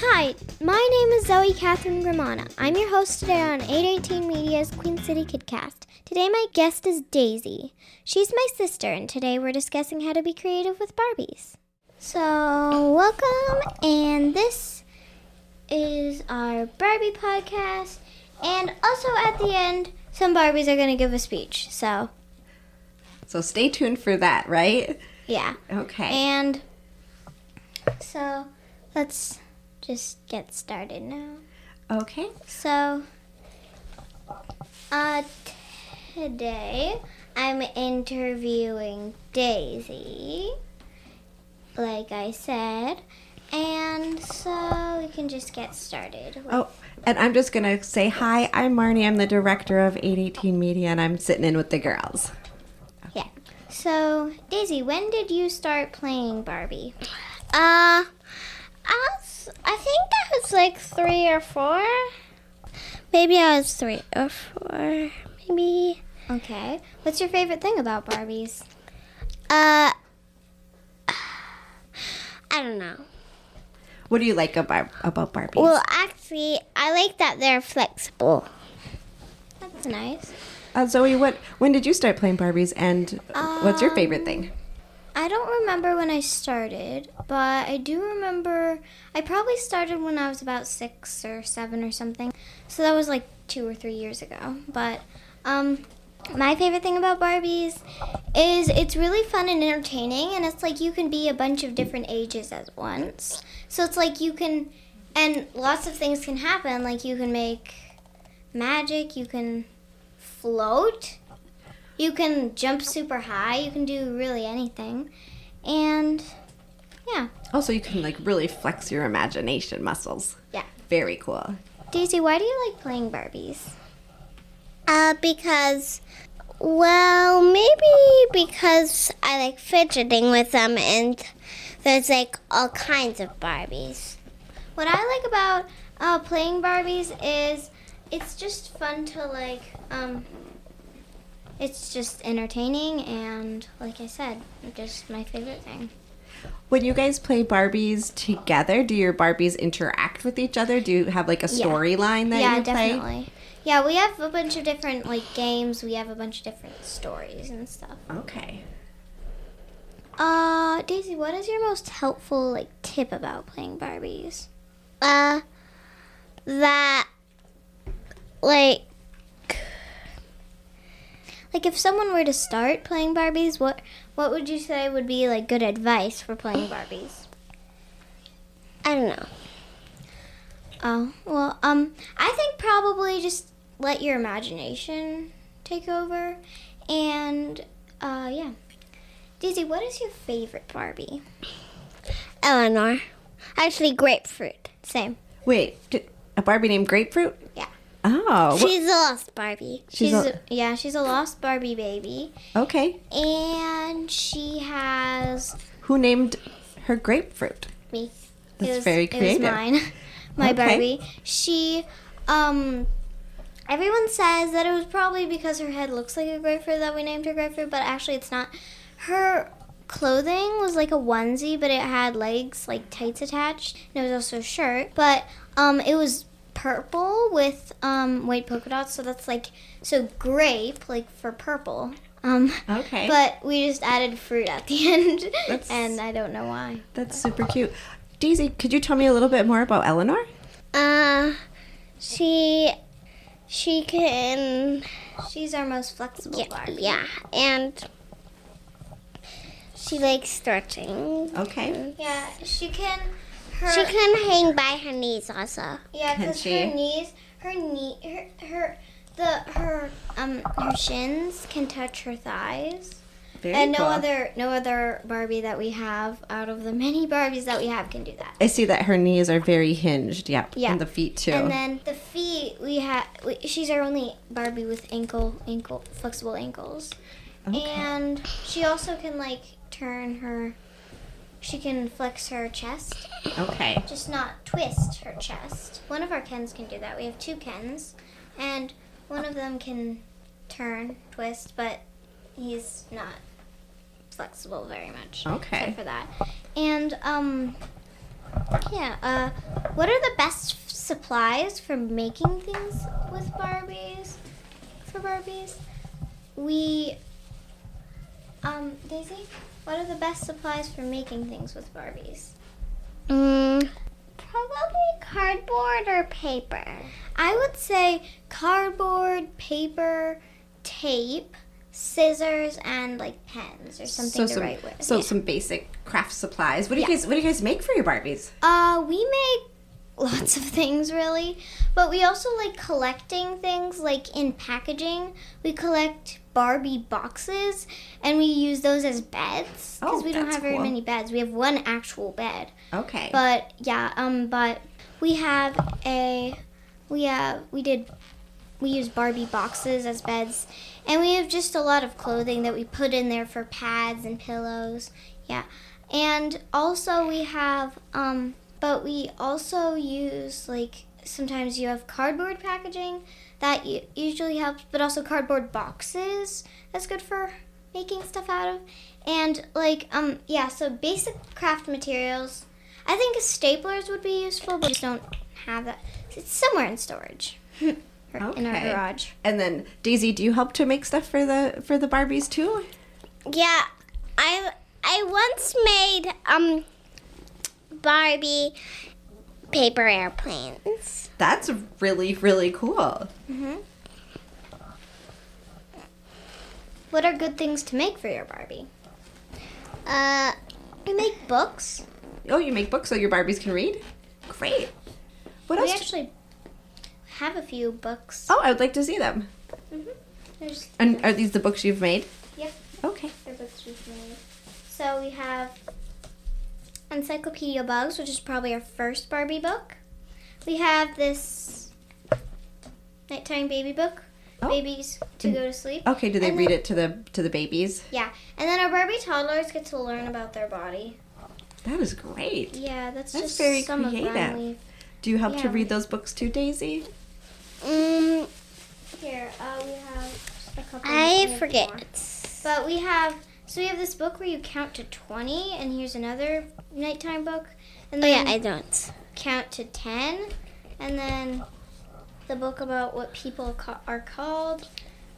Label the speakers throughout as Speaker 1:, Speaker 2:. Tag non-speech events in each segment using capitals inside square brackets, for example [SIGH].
Speaker 1: Hi, my name is Zoe Catherine Grimana. I'm your host today on 818 Media's Queen City Kidcast. Today, my guest is Daisy. She's my sister, and today we're discussing how to be creative with Barbies. So, welcome, and this is our Barbie podcast. And also at the end, some Barbies are going to give a speech. So,
Speaker 2: So stay tuned for that, right?
Speaker 1: yeah.
Speaker 2: Okay.
Speaker 1: And so, let's just get started now.
Speaker 2: Okay.
Speaker 1: So, uh, today I'm interviewing Daisy, like I said, and so we can just get started. with-
Speaker 2: Oh, and I'm just going to say hi. I'm Marnie. I'm the director of 818 Media, and I'm sitting in with the girls.
Speaker 1: Yeah. So, Daisy, when did you start playing Barbie? Uh, I was, I think I was like three or four. Maybe I was three or four. Maybe. Okay. What's your favorite thing about Barbies? Uh, I don't know.
Speaker 2: What do you like about, about Barbies?
Speaker 1: actually, I like that they're flexible. That's nice.
Speaker 2: uh, Zoe, what when did you start playing Barbies, and what's your favorite
Speaker 1: Um,
Speaker 2: thing?
Speaker 1: I don't remember when I started, but I do remember I probably started when I was about six or seven or something. So that was like two or three years ago. But um, my favorite thing about Barbies is it's really fun and entertaining, and it's like you can be a bunch of different ages at once. So it's like you can, and lots of things can happen. Like you can make magic, you can float. You can jump super high. You can do really anything. And yeah.
Speaker 2: Also, you can like really flex your imagination muscles.
Speaker 1: Yeah.
Speaker 2: Very cool.
Speaker 1: Daisy, why do you like playing Barbies? Uh, because, well, maybe because I like fidgeting with them and there's like all kinds of Barbies. What I like about uh, playing Barbies is it's just fun to like, um, it's just entertaining and, like I said, just my favorite thing.
Speaker 2: When you guys play Barbies together, do your Barbies interact with each other? Do you have like a storyline that
Speaker 1: yeah,
Speaker 2: you play?
Speaker 1: definitely. Yeah, we have a bunch of different like games. We have a bunch of different stories and stuff.
Speaker 2: Okay.
Speaker 1: Uh, Daisy, what is your most helpful like tip about playing Barbies?
Speaker 3: uh, that like
Speaker 1: Like, if someone were to start playing Barbies, what what would you say would be like good advice for playing Barbies?
Speaker 3: I don't know.
Speaker 1: Oh well, um, I think probably just let your imagination take over, and uh, yeah. Daisy, what is your favorite Barbie?
Speaker 3: Eleanor. Actually, grapefruit.
Speaker 1: Same.
Speaker 2: Wait, d a Barbie named Grapefruit?
Speaker 1: Yeah. [LAUGHS]
Speaker 2: Oh, wh-
Speaker 3: She's a lost Barbie.
Speaker 1: She's,
Speaker 2: She's a-
Speaker 1: a- yeah, she's a lost Barbie baby,
Speaker 2: okay.
Speaker 1: and she has
Speaker 2: Who named her Grapefruit?
Speaker 1: me.
Speaker 2: That's very
Speaker 1: It
Speaker 2: creative.
Speaker 1: was mine, [LAUGHS] my
Speaker 2: Okay.
Speaker 1: Barbie. She, um, everyone says that it was probably because her head looks like a grapefruit that we named her grapefruit, but actually it's not. Her clothing was like a onesie, but it had legs like tights attached, and it was also a shirt. But um, it was purple with um white polka dots, so that's like so grape like for purple. Um,
Speaker 2: Okay.
Speaker 1: But we just added fruit at the [LAUGHS] end,
Speaker 2: That's-
Speaker 1: and I don't know why.
Speaker 2: That's super cute. Daisy, could you tell me a little bit more about Eleanor?
Speaker 3: Uh, she she can
Speaker 1: She's our most flexible
Speaker 3: yeah,
Speaker 1: Barbie.
Speaker 3: yeah and she likes stretching.
Speaker 2: Okay.
Speaker 1: Yeah, she can. Her,
Speaker 3: She can hang by her knees also.
Speaker 1: Yeah,
Speaker 2: Can
Speaker 1: because
Speaker 2: she?
Speaker 1: her knees, her knee, her her the her um her shins can touch her thighs.
Speaker 2: Very
Speaker 1: and no
Speaker 2: cool.
Speaker 1: other no other Barbie that we have out of the many Barbies that we have can do that.
Speaker 2: I see that her knees are very hinged. Yep.
Speaker 1: Yeah.
Speaker 2: And the feet too.
Speaker 1: And then the feet we have. She's our only Barbie with ankle ankle flexible ankles.
Speaker 2: okay.
Speaker 1: And she also can like turn her. She can flex her chest
Speaker 2: okay.
Speaker 1: just not twist her chest. One of our Kens can do that. We have two Kens, and one of them can turn, twist, but he's not flexible very much.
Speaker 2: Okay.
Speaker 1: Except for that. And, um, yeah, uh, What are the best f- supplies for making things with Barbies? For Barbies, we. Um, Daisy, what are the best supplies for making things with Barbies?
Speaker 3: Mm, probably cardboard or paper.
Speaker 1: I would say cardboard, paper, tape, scissors, and like pens or something to
Speaker 2: some,
Speaker 1: write with.
Speaker 2: so some basic craft supplies. What do you guys What do you guys make for your Barbies?
Speaker 1: Uh, we make lots of things really, but we also like collecting things like in packaging. We collect Barbie boxes and we use those as beds because
Speaker 2: Oh,
Speaker 1: we don't
Speaker 2: that's
Speaker 1: have very
Speaker 2: cool.
Speaker 1: many beds. We have one actual bed.
Speaker 2: Okay.
Speaker 1: But yeah, um but we have a we have we did we use Barbie boxes as beds and we have just a lot of clothing that we put in there for pads and pillows. Yeah. And also we have um but we also use like sometimes you have cardboard packaging that u- usually helps but also cardboard boxes that's good for making stuff out of and like um yeah so basic craft materials I think staplers would be useful, but we just don't have that. It's somewhere in storage. Or In our
Speaker 2: Okay.
Speaker 1: garage.
Speaker 2: and then Daisy, do you help to make stuff for the for the Barbies too?
Speaker 3: Yeah, I I once made um Barbie paper airplanes.
Speaker 2: That's really really cool.
Speaker 1: What are good things to make for your Barbie?
Speaker 3: Uh,
Speaker 1: We make books.
Speaker 2: Oh, you make books so your Barbies can read. Great. What
Speaker 1: We
Speaker 2: else? do-
Speaker 1: actually have a few books. Mm-hmm.
Speaker 2: oh, I would like to see them.
Speaker 1: There's,
Speaker 2: And are these the books you've made?
Speaker 1: yep,
Speaker 2: Okay.
Speaker 1: they're books we've made. So we have Encyclopedia Bugs, which is probably our first Barbie book. We have this nighttime baby book,
Speaker 2: Oh.
Speaker 1: Babies to Go to Sleep.
Speaker 2: Okay. Do they
Speaker 1: And
Speaker 2: read it to the to the babies?
Speaker 1: Yeah, and then our Barbie toddlers get to learn about their body.
Speaker 2: That is great.
Speaker 1: Yeah, that's,
Speaker 2: That's
Speaker 1: just
Speaker 2: very
Speaker 1: some of
Speaker 2: creative.
Speaker 1: them. We've,
Speaker 2: Do you help to
Speaker 1: Yeah. Uh,
Speaker 2: read those books too, Daisy?
Speaker 3: mm,
Speaker 1: here, uh, we have just a couple.
Speaker 3: I
Speaker 1: maybe more.
Speaker 3: forget.
Speaker 1: But we have so we have this book where you count to twenty, and here's another nighttime book, and
Speaker 3: Oh yeah,
Speaker 1: then
Speaker 3: I don't.
Speaker 1: count to ten, and then the book about what people ca- are called,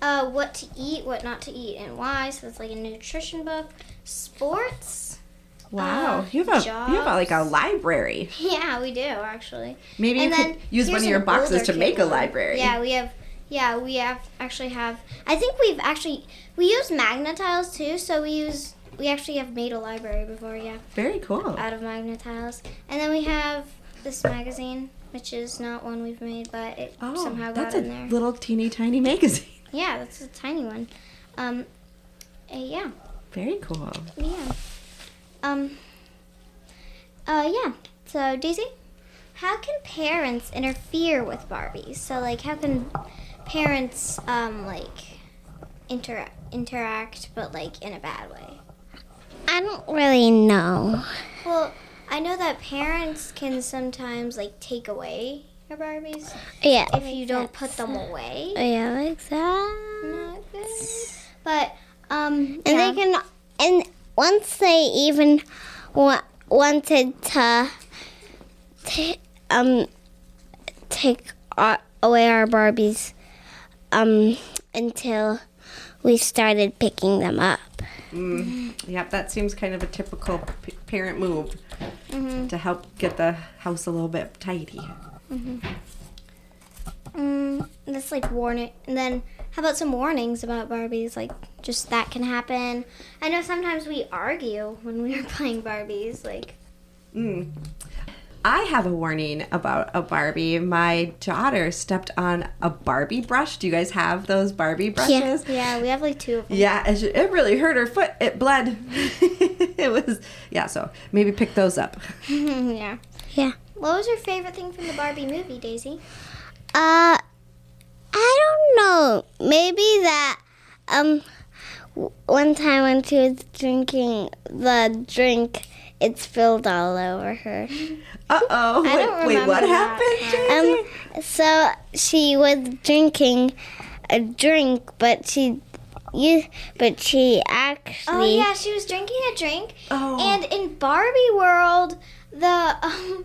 Speaker 1: uh, what to eat, what not to eat, and why. So it's like a nutrition book, sports. [LAUGHS]
Speaker 2: Wow,
Speaker 1: Uh,
Speaker 2: you have a you have a, like a
Speaker 1: jobs.
Speaker 2: library.
Speaker 1: Yeah, we do actually.
Speaker 2: Maybe you
Speaker 1: and
Speaker 2: could
Speaker 1: then
Speaker 2: use one
Speaker 1: here's
Speaker 2: of your
Speaker 1: an
Speaker 2: boxes
Speaker 1: older
Speaker 2: to
Speaker 1: kid
Speaker 2: make a
Speaker 1: one.
Speaker 2: library.
Speaker 1: Yeah, we have. Yeah, we have actually have. I think we've actually we use magnetiles too. So we use we actually have made a library before. Yeah,
Speaker 2: Very cool.
Speaker 1: out of magnetiles, and then we have this magazine, which is not one we've made, but it
Speaker 2: Oh,
Speaker 1: somehow got
Speaker 2: that's
Speaker 1: in
Speaker 2: a
Speaker 1: there.
Speaker 2: little teeny tiny magazine. [LAUGHS]
Speaker 1: yeah, that's a tiny one. Um, uh, yeah,
Speaker 2: Very cool.
Speaker 1: yeah. Um. Uh, yeah. So Daisy. how can parents interfere with Barbies? So like how can parents um like inter- interact but like in a bad way?
Speaker 3: I don't really know.
Speaker 1: Well, I know that parents can sometimes like take away your Barbies
Speaker 3: Yeah.
Speaker 1: if you don't put them away.
Speaker 3: Oh, yeah, like that.
Speaker 1: Not good. But um
Speaker 3: And
Speaker 1: yeah.
Speaker 3: they can, and once they even wa- wanted to, ta um, take our, away our Barbies, um, until we started picking them up.
Speaker 1: Mm.
Speaker 2: Mm. Yep, that seems kind of a typical p- parent move
Speaker 1: Mm-hmm.
Speaker 2: to help get the house a little bit tidy.
Speaker 1: Mm, that's like warning. And then how about some warnings about Barbies? Like just that can happen. I know sometimes we argue when we were [LAUGHS] playing Barbies. Like
Speaker 2: Mm. I have a warning about a Barbie. My daughter stepped on a Barbie brush. Do you guys have those Barbie brushes?
Speaker 1: yeah, we have like two of them.
Speaker 2: Yeah, it, ju- it really hurt her foot. It bled. [LAUGHS] it was yeah. So maybe pick those up.
Speaker 1: Mm-hmm, yeah.
Speaker 3: Yeah.
Speaker 1: What was your favorite thing from the Barbie movie, Daisy?
Speaker 3: Uh, I don't know. Maybe that, um, w- one time when she was drinking the drink, it spilled all
Speaker 1: [LAUGHS]
Speaker 3: over her.
Speaker 2: Uh oh. Wait,
Speaker 1: don't
Speaker 2: wait, what
Speaker 1: remember
Speaker 2: happened?
Speaker 1: that.
Speaker 2: Daisy?
Speaker 3: Um, so she was drinking a drink, but she, you, but she
Speaker 1: Oh
Speaker 3: actually.
Speaker 1: yeah, she was drinking a drink.
Speaker 2: Oh.
Speaker 1: And in Barbie World, the um, uh,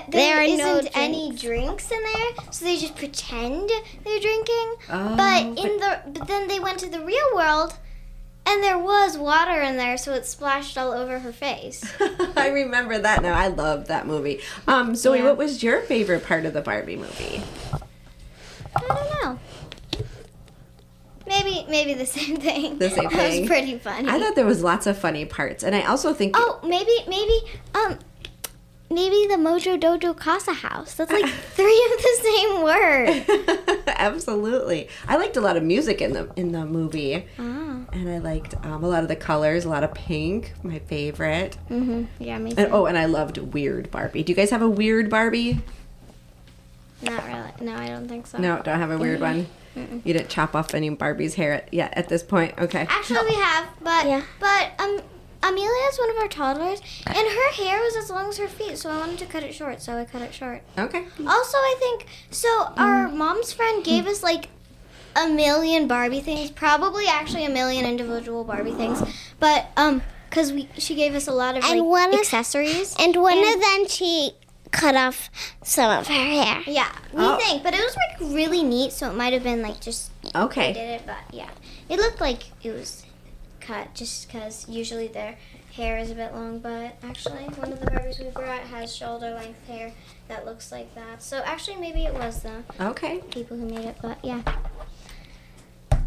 Speaker 1: But
Speaker 3: There
Speaker 1: there,
Speaker 3: are
Speaker 1: isn't
Speaker 3: no
Speaker 1: any drinks in there, so they just pretend they're drinking.
Speaker 2: Oh,
Speaker 1: but in the but then they went to the real world, and there was water in there, so it splashed all over her face.
Speaker 2: Oh. [LAUGHS] I remember that now. I love that movie. Um, Zoe,
Speaker 1: Yeah.
Speaker 2: what was your favorite part of the Barbie movie?
Speaker 1: I don't know. Maybe maybe the same thing.
Speaker 2: The
Speaker 1: [LAUGHS]
Speaker 2: same
Speaker 1: That
Speaker 2: thing.
Speaker 1: was pretty funny.
Speaker 2: I thought there was lots of funny parts, and I also think
Speaker 1: Mm. oh, maybe maybe um. Maybe the Mojo Dojo Casa House. That's [LAUGHS] like three of the same [LAUGHS] word.
Speaker 2: [LAUGHS] absolutely. I liked a lot of music in the in the movie,
Speaker 1: Ah,
Speaker 2: and I liked um, a lot of the colors, a lot of pink, my favorite.
Speaker 1: mm-hmm. Yeah, me too.
Speaker 2: And oh, and I loved Weird Barbie. Do you guys have a Weird Barbie?
Speaker 1: Not really. No, I don't think so.
Speaker 2: No, don't have a weird one. You didn't chop off any Barbie's hair at, yet at this point. Okay.
Speaker 1: Actually, we have, but
Speaker 3: Yeah.
Speaker 1: but um, Amelia is one of our toddlers, and her hair was as long as her feet, so I wanted to cut it short, so I cut it short.
Speaker 2: Okay.
Speaker 1: Also, I think so. Our
Speaker 3: Mm.
Speaker 1: mom's friend gave us like a million Barbie things, probably actually a million individual Barbie things, but um, cause we she gave us a lot of
Speaker 3: And
Speaker 1: like,
Speaker 3: one of-
Speaker 1: accessories.
Speaker 3: And one
Speaker 1: And-
Speaker 3: of them, she cut off some of her hair.
Speaker 1: yeah, we
Speaker 2: Oh.
Speaker 1: think, but it was like really neat, so it might have been like just
Speaker 2: Okay.
Speaker 1: did it, but yeah, it looked like it was cut just because usually their hair is a bit long. But actually, one of the Barbies we brought has shoulder length hair that looks like that. So actually, maybe it was the
Speaker 2: Okay. [LAUGHS]
Speaker 1: people who made it, but yeah.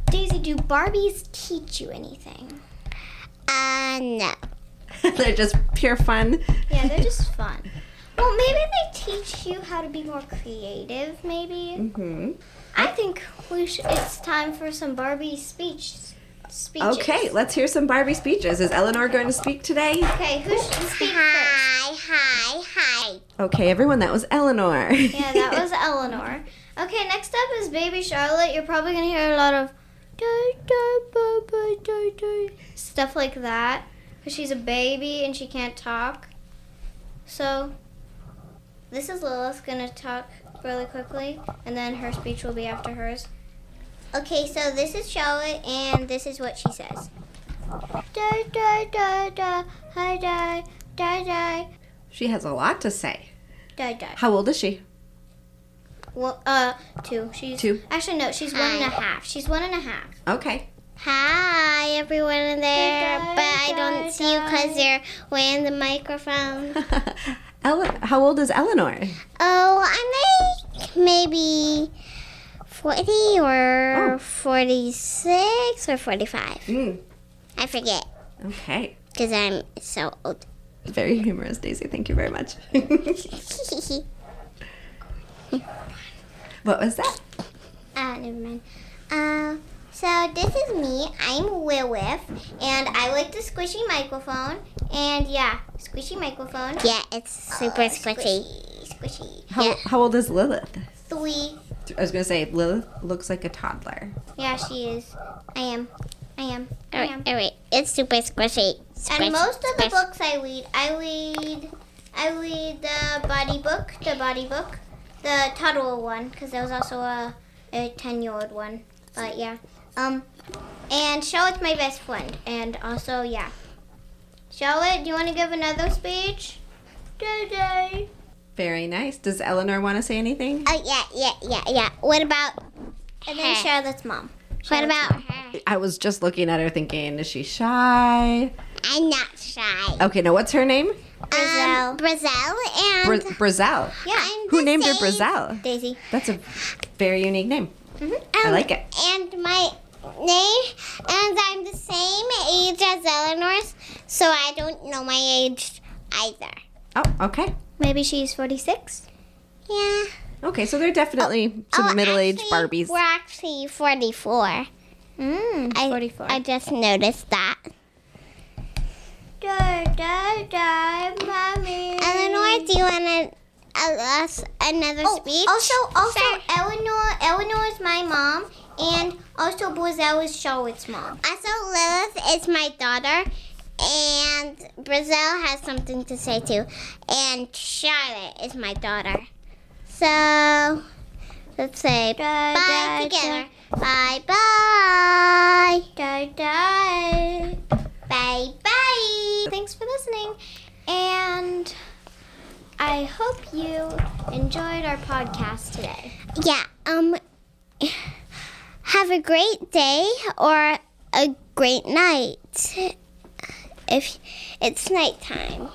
Speaker 1: Daisy, do Barbies teach you anything?
Speaker 3: Uh, no.
Speaker 2: They're just pure fun.
Speaker 1: Yeah, they're
Speaker 2: [LAUGHS]
Speaker 3: [LAUGHS]
Speaker 1: just fun. Well, maybe they teach you how to be more creative. Maybe
Speaker 2: hmm
Speaker 1: I think we should, it's time for some Barbie speech. Speeches.
Speaker 2: Okay, let's hear some Barbie speeches. Is Eleanor going to speak today?
Speaker 1: Okay, who should speak first?
Speaker 3: Hi, hi, hi.
Speaker 2: Okay, everyone, that was Eleanor.
Speaker 1: Yeah,
Speaker 2: [LAUGHS]
Speaker 1: that was Eleanor. Okay, next up is Baby Charlotte. You're probably gonna hear a lot of "Doi, doi, bo, bo, doi, doi," stuff like that because she's a baby and she can't talk. So this is Lilith gonna talk really quickly, and then her speech will be after hers. Okay, so this is Charlotte, and this is what she says. Die, die, die, die, hi, die, die, die,
Speaker 2: she has a lot to say.
Speaker 1: die, die.
Speaker 2: How old is she?
Speaker 1: Well, uh, two. She's
Speaker 2: Two.
Speaker 1: Actually, no. She's one and a half. She's one and a half.
Speaker 2: Okay. [LAUGHS]
Speaker 3: Hi, everyone in there.
Speaker 1: Hi,
Speaker 3: But I don't
Speaker 1: guys,
Speaker 3: see you because
Speaker 1: guys.
Speaker 3: you're way in the microphone.
Speaker 2: Ele- how old is Eleanor?
Speaker 3: Oh, I think maybe 40 or
Speaker 2: Oh.
Speaker 3: 46 or 45.
Speaker 2: Mm.
Speaker 3: I forget
Speaker 2: Okay.
Speaker 3: because I'm so old. [LAUGHS]
Speaker 2: Very humorous, Daisy. Thank you very [LAUGHS] much. what was that?
Speaker 3: Uh, never mind. Uh, so this is me. I'm Lilith, and I like the squishy microphone. And yeah, squishy microphone. Yeah, it's super
Speaker 2: Oh,
Speaker 3: squishy. Squishy.
Speaker 2: How, how old is Lilith?
Speaker 3: Three.
Speaker 2: I was going to say, Lilith looks like a toddler.
Speaker 1: Yeah, she is. I am. I am. I am.
Speaker 3: all right. It's super squishy.
Speaker 1: And most of the books I read, I read, I read the body book, the body book, the toddler one, because there was also a a ten year old one. But yeah, um, and Charlotte's my best friend, and also yeah. Charlotte, do you want to give another speech? Today.
Speaker 2: Very nice. Does Eleanor want to say anything?
Speaker 3: Oh yeah, yeah, yeah, yeah. What about?
Speaker 1: And then
Speaker 3: Hey.
Speaker 1: Charlotte's mom.
Speaker 3: What about her?
Speaker 2: I was just looking at her thinking, is she shy?
Speaker 3: I'm not shy.
Speaker 2: Okay, now what's her name?
Speaker 3: Um, Brazil and
Speaker 2: Bra- Brazel.
Speaker 1: Yeah.
Speaker 3: I'm
Speaker 2: Who
Speaker 3: the
Speaker 2: named her
Speaker 3: same-
Speaker 2: Brazel?
Speaker 1: Daisy.
Speaker 2: That's a very unique name. I
Speaker 3: Um,
Speaker 2: like it.
Speaker 3: And my name, and I'm the same age as Eleanor's, so I don't know my age either.
Speaker 2: Oh, okay.
Speaker 1: Maybe she's 46?
Speaker 3: Yeah.
Speaker 2: Okay, so they're definitely some
Speaker 3: Oh,
Speaker 2: middle aged
Speaker 3: actually,
Speaker 2: Barbies.
Speaker 3: We're actually 44.
Speaker 1: Mm,
Speaker 3: I,
Speaker 1: 44.
Speaker 3: I just noticed that.
Speaker 1: da, da, da, mommy.
Speaker 3: Eleanor, do you want to uh, us another speech?
Speaker 1: Oh, Also, also,
Speaker 3: Sure.
Speaker 1: Eleanor, Eleanor is my mom, and also Brazil is Charlotte's mom.
Speaker 3: Also, Lilith is my daughter, and Brazil has something to say too, and Charlotte is my daughter. So, let's say
Speaker 1: Da,
Speaker 3: bye
Speaker 1: da,
Speaker 3: together. Bye bye.
Speaker 1: Da, da.
Speaker 3: Bye bye.
Speaker 1: Thanks for listening, and I hope you enjoyed our podcast today.
Speaker 3: Yeah. Um. Have a great day or a great night if it's nighttime.